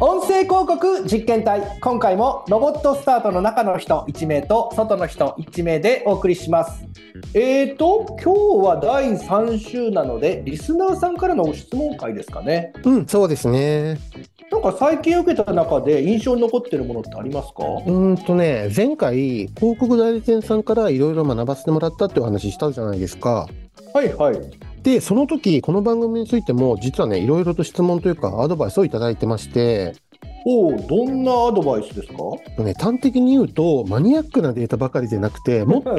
音声広告実験隊今回もロボットスタートの中の人1名と外の人1名でお送りしますえーと今日は第3週なのでリスナーさんからのご質問会ですかねうん、そうですね。なんか最近受けた中で印象に残ってるものってありますかうーんとね、前回、広告代理店さんからいろいろ学ばせてもらったってお話したじゃないですか。はいはいで、その時、この番組についても、実はね、いろいろと質問というか、アドバイスをいただいてまして、おおどんなアドバイスですかね、端的に言うと、マニアックなデータばかりでな くて、もっと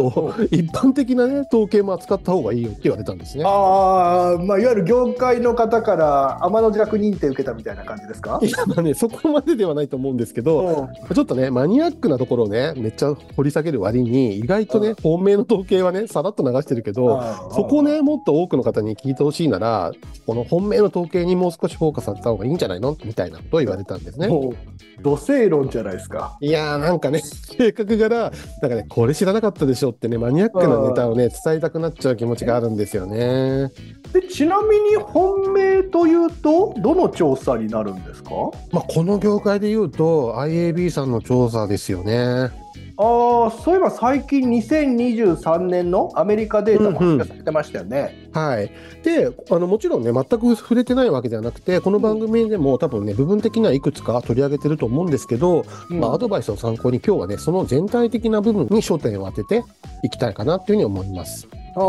一般的なね、統計も扱った方がいいよって言われたんですね。ああまあいわゆる業界の方から天の弱認定受けたみたいな感じですかいやまあね、そこまでではないと思うんですけど、ちょっとね、マニアックなところをね、めっちゃ掘り下げる割に、意外とうんね、本命の統計はね、さらっと流してるけど、そこをね、もっと多くの方に聞いてほしいなら、この本命の統計にもう少しフォーカスされた方がいいんじゃないのみたいなことを言われたんですね。もう土星論じゃないですか。いやーなんかね、 性格柄、なんかね、これ知らなかったでしょってね、マニアックなネタをね、伝えたくなっちゃう気持ちがあるんですよね。でちなみに本命というとどの調査になるんですかまあ、この業界で言うと、IAB さんの調査ですよね。ああそういえば最近2023年のアメリカデータも発表されてましたよね。はい、であのもちろんね全く触れてないわけではなくてこの番組でも多分ね部分的にはいくつか取り上げてると思うんですけど、うんまあ、アドバイスを参考に今日はねその全体的な部分に焦点を当てていきたいかなっていうふうに思います。あー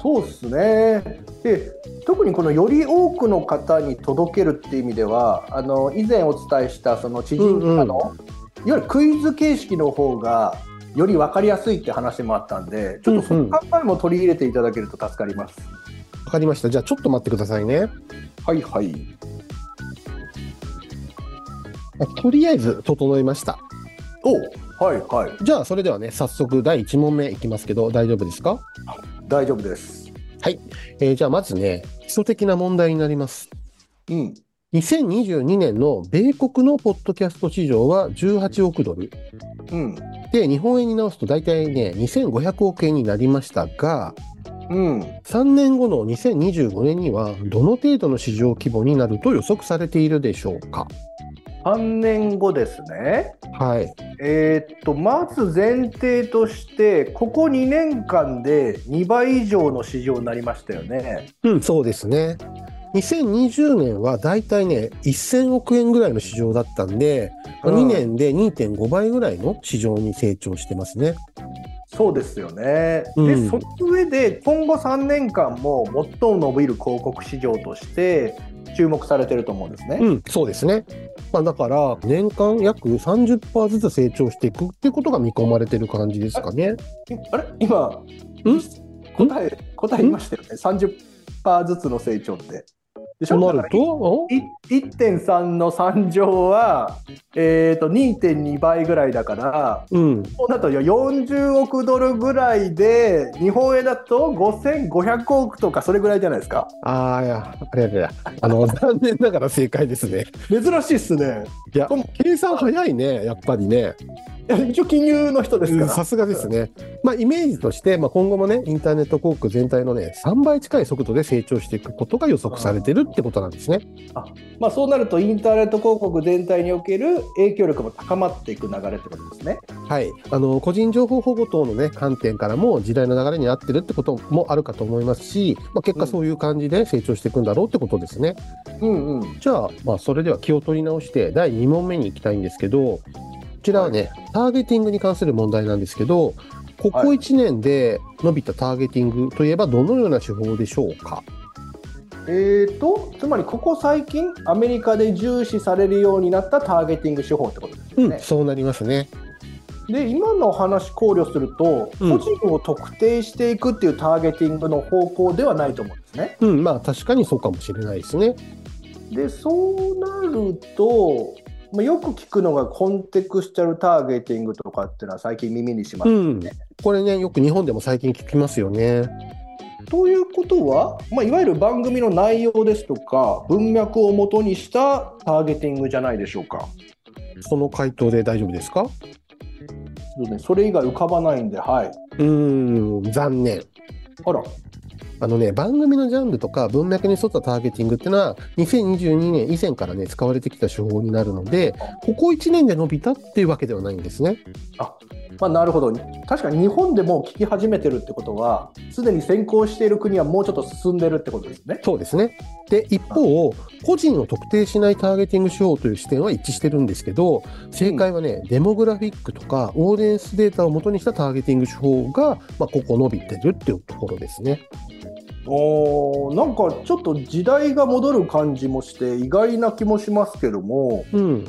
そうですねで特にこのより多くの方に届けるっていう意味ではあの以前お伝えしたその知人からの、いわゆるクイズ形式の方がより分かりやすいって話もあったんでちょっとその考えも取り入れていただけると助かります。わかりましたじゃあちょっと待ってくださいね。はいはいあとりあえず整いました。おはいはいじゃあそれではね早速第1問目いきますけど大丈夫ですか大丈夫ですえーじゃあまずね基礎的な問題になります。うん2022年の米国のポッドキャスト市場は18億ドル。うんで、日本円に直すと大体ね、2500億円になりましたが、うん3年後の2025年には、どの程度の市場規模になると予測されているでしょうか。 3年後ですねはい。えーっとまず前提としてここ2年間で2倍以上の市場になりましたよねうん、そうですね。2020年は大体ね、1000億円ぐらいの市場だったんで、うん2年で2.5倍ぐらいの市場に成長してますね。そうですよね、うんでその上で今後3年間も最も伸びる広告市場として注目されてると思うんですね、うん、そうですね。まあ、だから、年間約30%ずつ成長していくってことが見込まれてる感じですかね。あれ今答え答え言いましたよね30%ずつの成長ってでしとょなると、おい1.3の3乗は、えー、と2.2倍ぐらいだからうん、そうなると40億ドルぐらいで日本円だと5500億とかそれぐらいじゃないですかああ、いや、あれあれあれあの、 残念ながら正解ですね。珍しいっすねいやでも、計算早いね、やっぱりね。いや一応金融の人ですから、さすがですね。まあ、イメージとして、まあ、今後もね、インターネット広告全体のね、3倍近い速度で成長していくことが予測されてるってことなんですね。まあ、そうなるとインターネット広告全体における影響力も高まっていく流れってことですねはい。あの、個人情報保護等のね、観点からも時代の流れに合ってるってこともあるかと思いますし、まあ、結う果んそういう感じで成長していくんだろうってことですね。うんうんじゃあ、まあ、それでは気を取り直して第2問目に行きたいんですけどこちらはね、ターゲティングに関する問題なんですけどここはい1年で伸びたターゲティングといえばどのような手法でしょうか、えー、とつまりここ最近アメリカで重視されるようになったターゲティング手法ってことですようん、ね、そうなりますね。で今のお話考慮すると、うん個人を特定していくっていうターゲティングの方向ではないと思うんですねうん、まあ確かにそうかもしれないですね。でそうなると、まあ、よく聞くのがコンテクスチャルターゲティングとかっていうのは最近耳にします、うん、これねよく日本でも最近聞きますよね。ということは、まあ、いわゆる番組の内容ですとか文脈をもとにしたターゲティングじゃないでしょうかその回答で大丈夫ですかそうねそれ以外浮かばないんではいうん残念。あらあのね、番組のジャンルとか文脈に沿ったターゲティングっていうのは、2022年以前からね、使われてきた手法になるので、ここ1年で伸びたっていうわけではないんですね。まあ、なるほど確かに日本でも聞き始めてるってことはすでに先行している国はもうちょっと進んでるってことですね。そうですね。で、一方、個人を特定しないターゲティング手法という視点は一致してるんですけど、正解はね、デモグラフィックとかオーディエンスデータを元にしたターゲティング手法が、まあ、ここ伸びてるっていうところですね。おーなんかちょっと時代が戻る感じもして意外な気もしますけどもうん。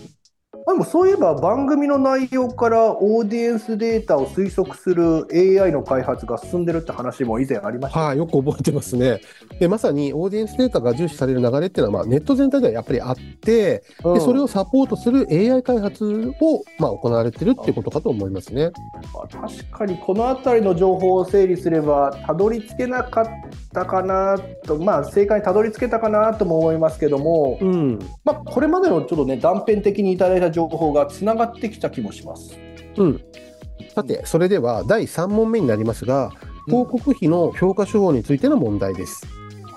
でもそういえば番組の内容からオーディエンスデータを推測する AI の開発が進んでるって話も以前ありましたはい、よく覚えてますね。で、まさにオーディエンスデータが重視される流れっていうのは、まあ、ネット全体ではやっぱりあって、よ、でそれををサポートする AI 開発を、まあ、行われてるっていうことかと思いますね。確かにこの辺りの情報を整理すればたどり着けなかったかなとまあ正解にたどり着けたかなとも思いますけども、うん。まあ、これまでのちょっとね断片的にいただいた情報がつながってきた気もします。うん。さて、それでは第3問目になりますが、広告費の評価手法についての問題です。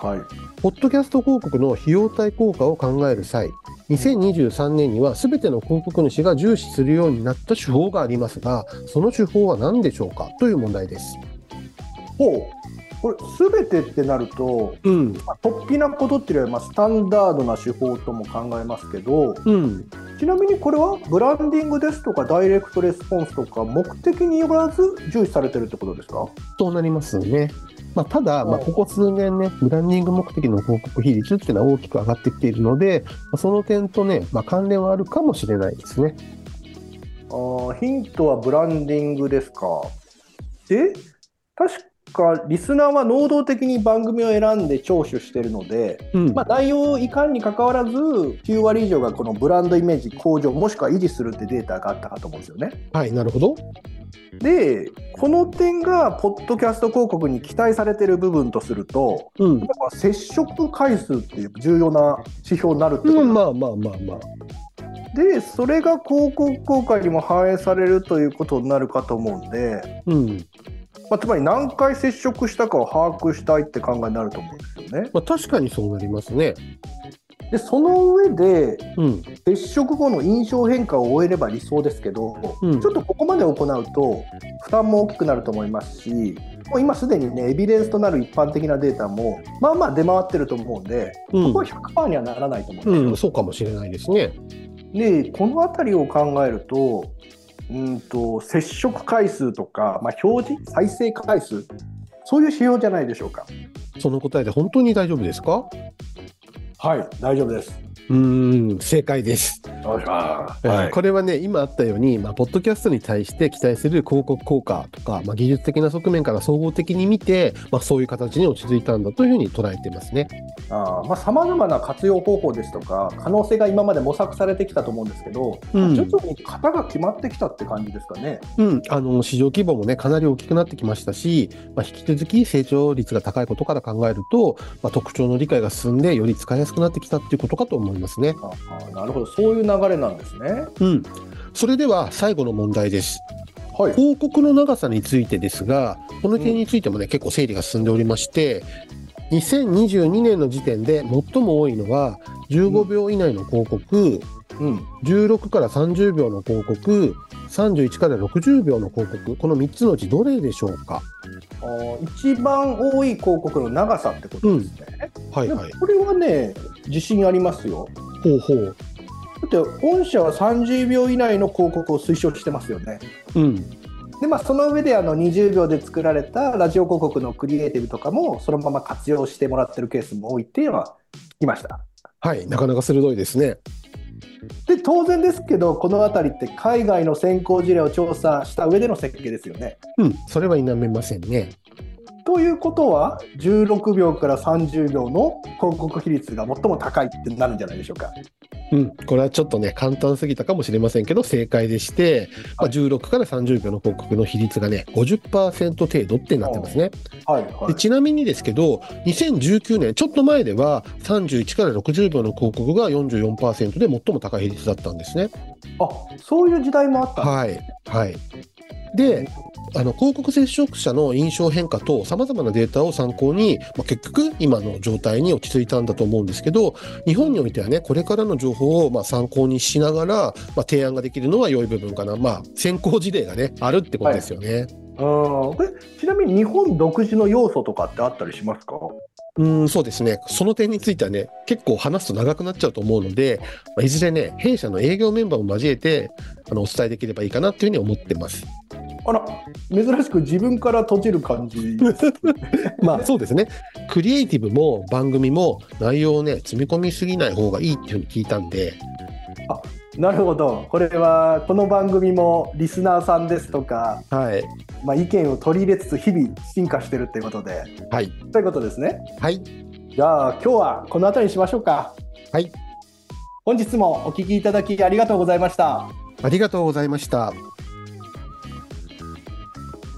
はい、ポッドキャスト広告の費用対効果を考える際、2023年には全ての広告主が重視するようになった手法がありますが、その手法は何でしょうかという問題です。ほうこれ全てってなると、うん。まあ、突飛なことっていうよりはまあスタンダードな手法とも考えますけどうん。ちなみにこれはブランディングですとかダイレクトレスポンスとか目的によらず重視されてるってことですかそうなりますね。まあ、ただ、まあ、うんここ数年ね、ブランディング目的の広告比率っていうのは大きく上がってきているので、まあその点とね、まあ、関連はあるかもしれないですね。あーヒントはブランディングですか。で確かリスナーは能動的に番組を選んで聴取してるので、うんまあ、内容いかんにかかわらず9割以上がこのブランドイメージ向上もしくは維持するってデータがあったかと思うんですよね。はい、なるほど。でこの点がポッドキャスト広告に期待されてる部分とするとうん。やっぱ接触回数っていう重要な指標になるってことう、なんんまあまあまあまあ。でそれが広告公開にも反映されるということになるかと思うんで、うん。まあ、つまり何回接触したかを把握したいって考えになると思うんですよね。まあ、確かにそうなりますね。でその上でうん。接触後の印象変化を終えれば理想ですけど、うんちょっとここまで行うと負担も大きくなると思いますしもう今すでにねエビデンスとなる一般的なデータもまあまあ出回ってると思うんでうんこれ100%にはならないと思うんですよ。うん、そうかもしれないですね。でこの辺りを考えるとうんと接触回数とか、まあ、表示再生回数そういう指標じゃないでしょうかその答えで本当に大丈夫ですかはい大丈夫ですうーん、正解です。はいこれはね今あったように、まあ、ポッドキャストに対して期待する広告効果とか、まあ、技術的な側面から総合的に見て、まあ、そういう形に落ち着いたんだというふうに捉えてますね。あーまあさまざまな活用方法ですとか可能性が今まで模索されてきたと思うんですけど、うん徐々に型が決まってきたって感じですかねうん、あの市場規模もねかなり大きくなってきましたし、まあ、引き続き成長率が高いことから考えると、まあ、特徴の理解が進んでより使いやすくなってきたっていうことかと思いますね。あーなるほどそういう流れなんですねうん、それでは最後の問題です。はい広告の長さについてですが、この点についてもね、結構整理が進んでおりまして、2022年の時点で最も多いのは、15秒以内の広告、うん16から30秒の広告、31から60秒の広告、この3つのうちどれでしょうか。あー一番多い広告の長さってことですね、はいでもはい。これはね自信ありますよほうほう。だって御社は30秒以内の広告を推奨してますよね。うん。でまあ、その上であの20秒で作られたラジオ広告のクリエイティブとかもそのまま活用してもらってるケースも多いっていうのは聞きました。はい、なかなか鋭いですね。で当然ですけどこの辺りって海外の先行事例を調査した上での設計ですよね。うん、それは否めませんね。ということは16秒から30秒の広告比率が最も高いってなるんじゃないでしょうか。うん、これはちょっとね簡単すぎたかもしれませんけど正解でして、まあ、16から30秒の広告の比率がね50%程度ってなってますね、はいはでちなみにですけど2019年ちょっと前では31から60秒の広告が44%で最も高い比率だったんですねあそういう時代もあったんですねはいはいであの広告接触者の印象変化とさまざまなデータを参考に、まあ、結局今の状態に落ち着いたんだと思うんですけど日本においてはねこれからの情報をまあ参考にしながら、まあ、提案ができるのは良い部分かな、まあ、先行事例がねあるってことですよね。これちなみに日本独自の要素とかってあったりしますかうんそうですねその点についてはね結構話すと長くなっちゃうと思うので、まあ、いずれね弊社の営業メンバーも交えてあのお伝えできればいいかなっていうふうに思ってます。あら珍しく自分から閉じる感 じまあそうですね。クリエイティブも番組も内容をね、積み込みすぎない方がいいっていうふうに聞いたんで、なるほどこれはこの番組もリスナーさんですとか、はい。まあ、意見を取り入れつつ日々進化してるっていうことではい。ということですねはい。じゃあ今日はこの辺りにしましょうかはい本日もお聞きいただきありがとうございましたありがとうございました。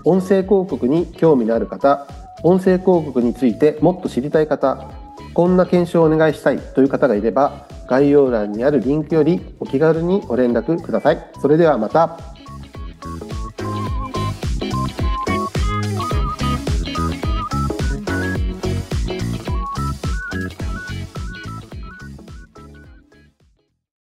音声広告に興味のある方、音声広告についてもっと知りたい方、こんな検証をお願いしたいという方がいれば、概要欄にあるリンクよりお気軽にご連絡ください。それではまた。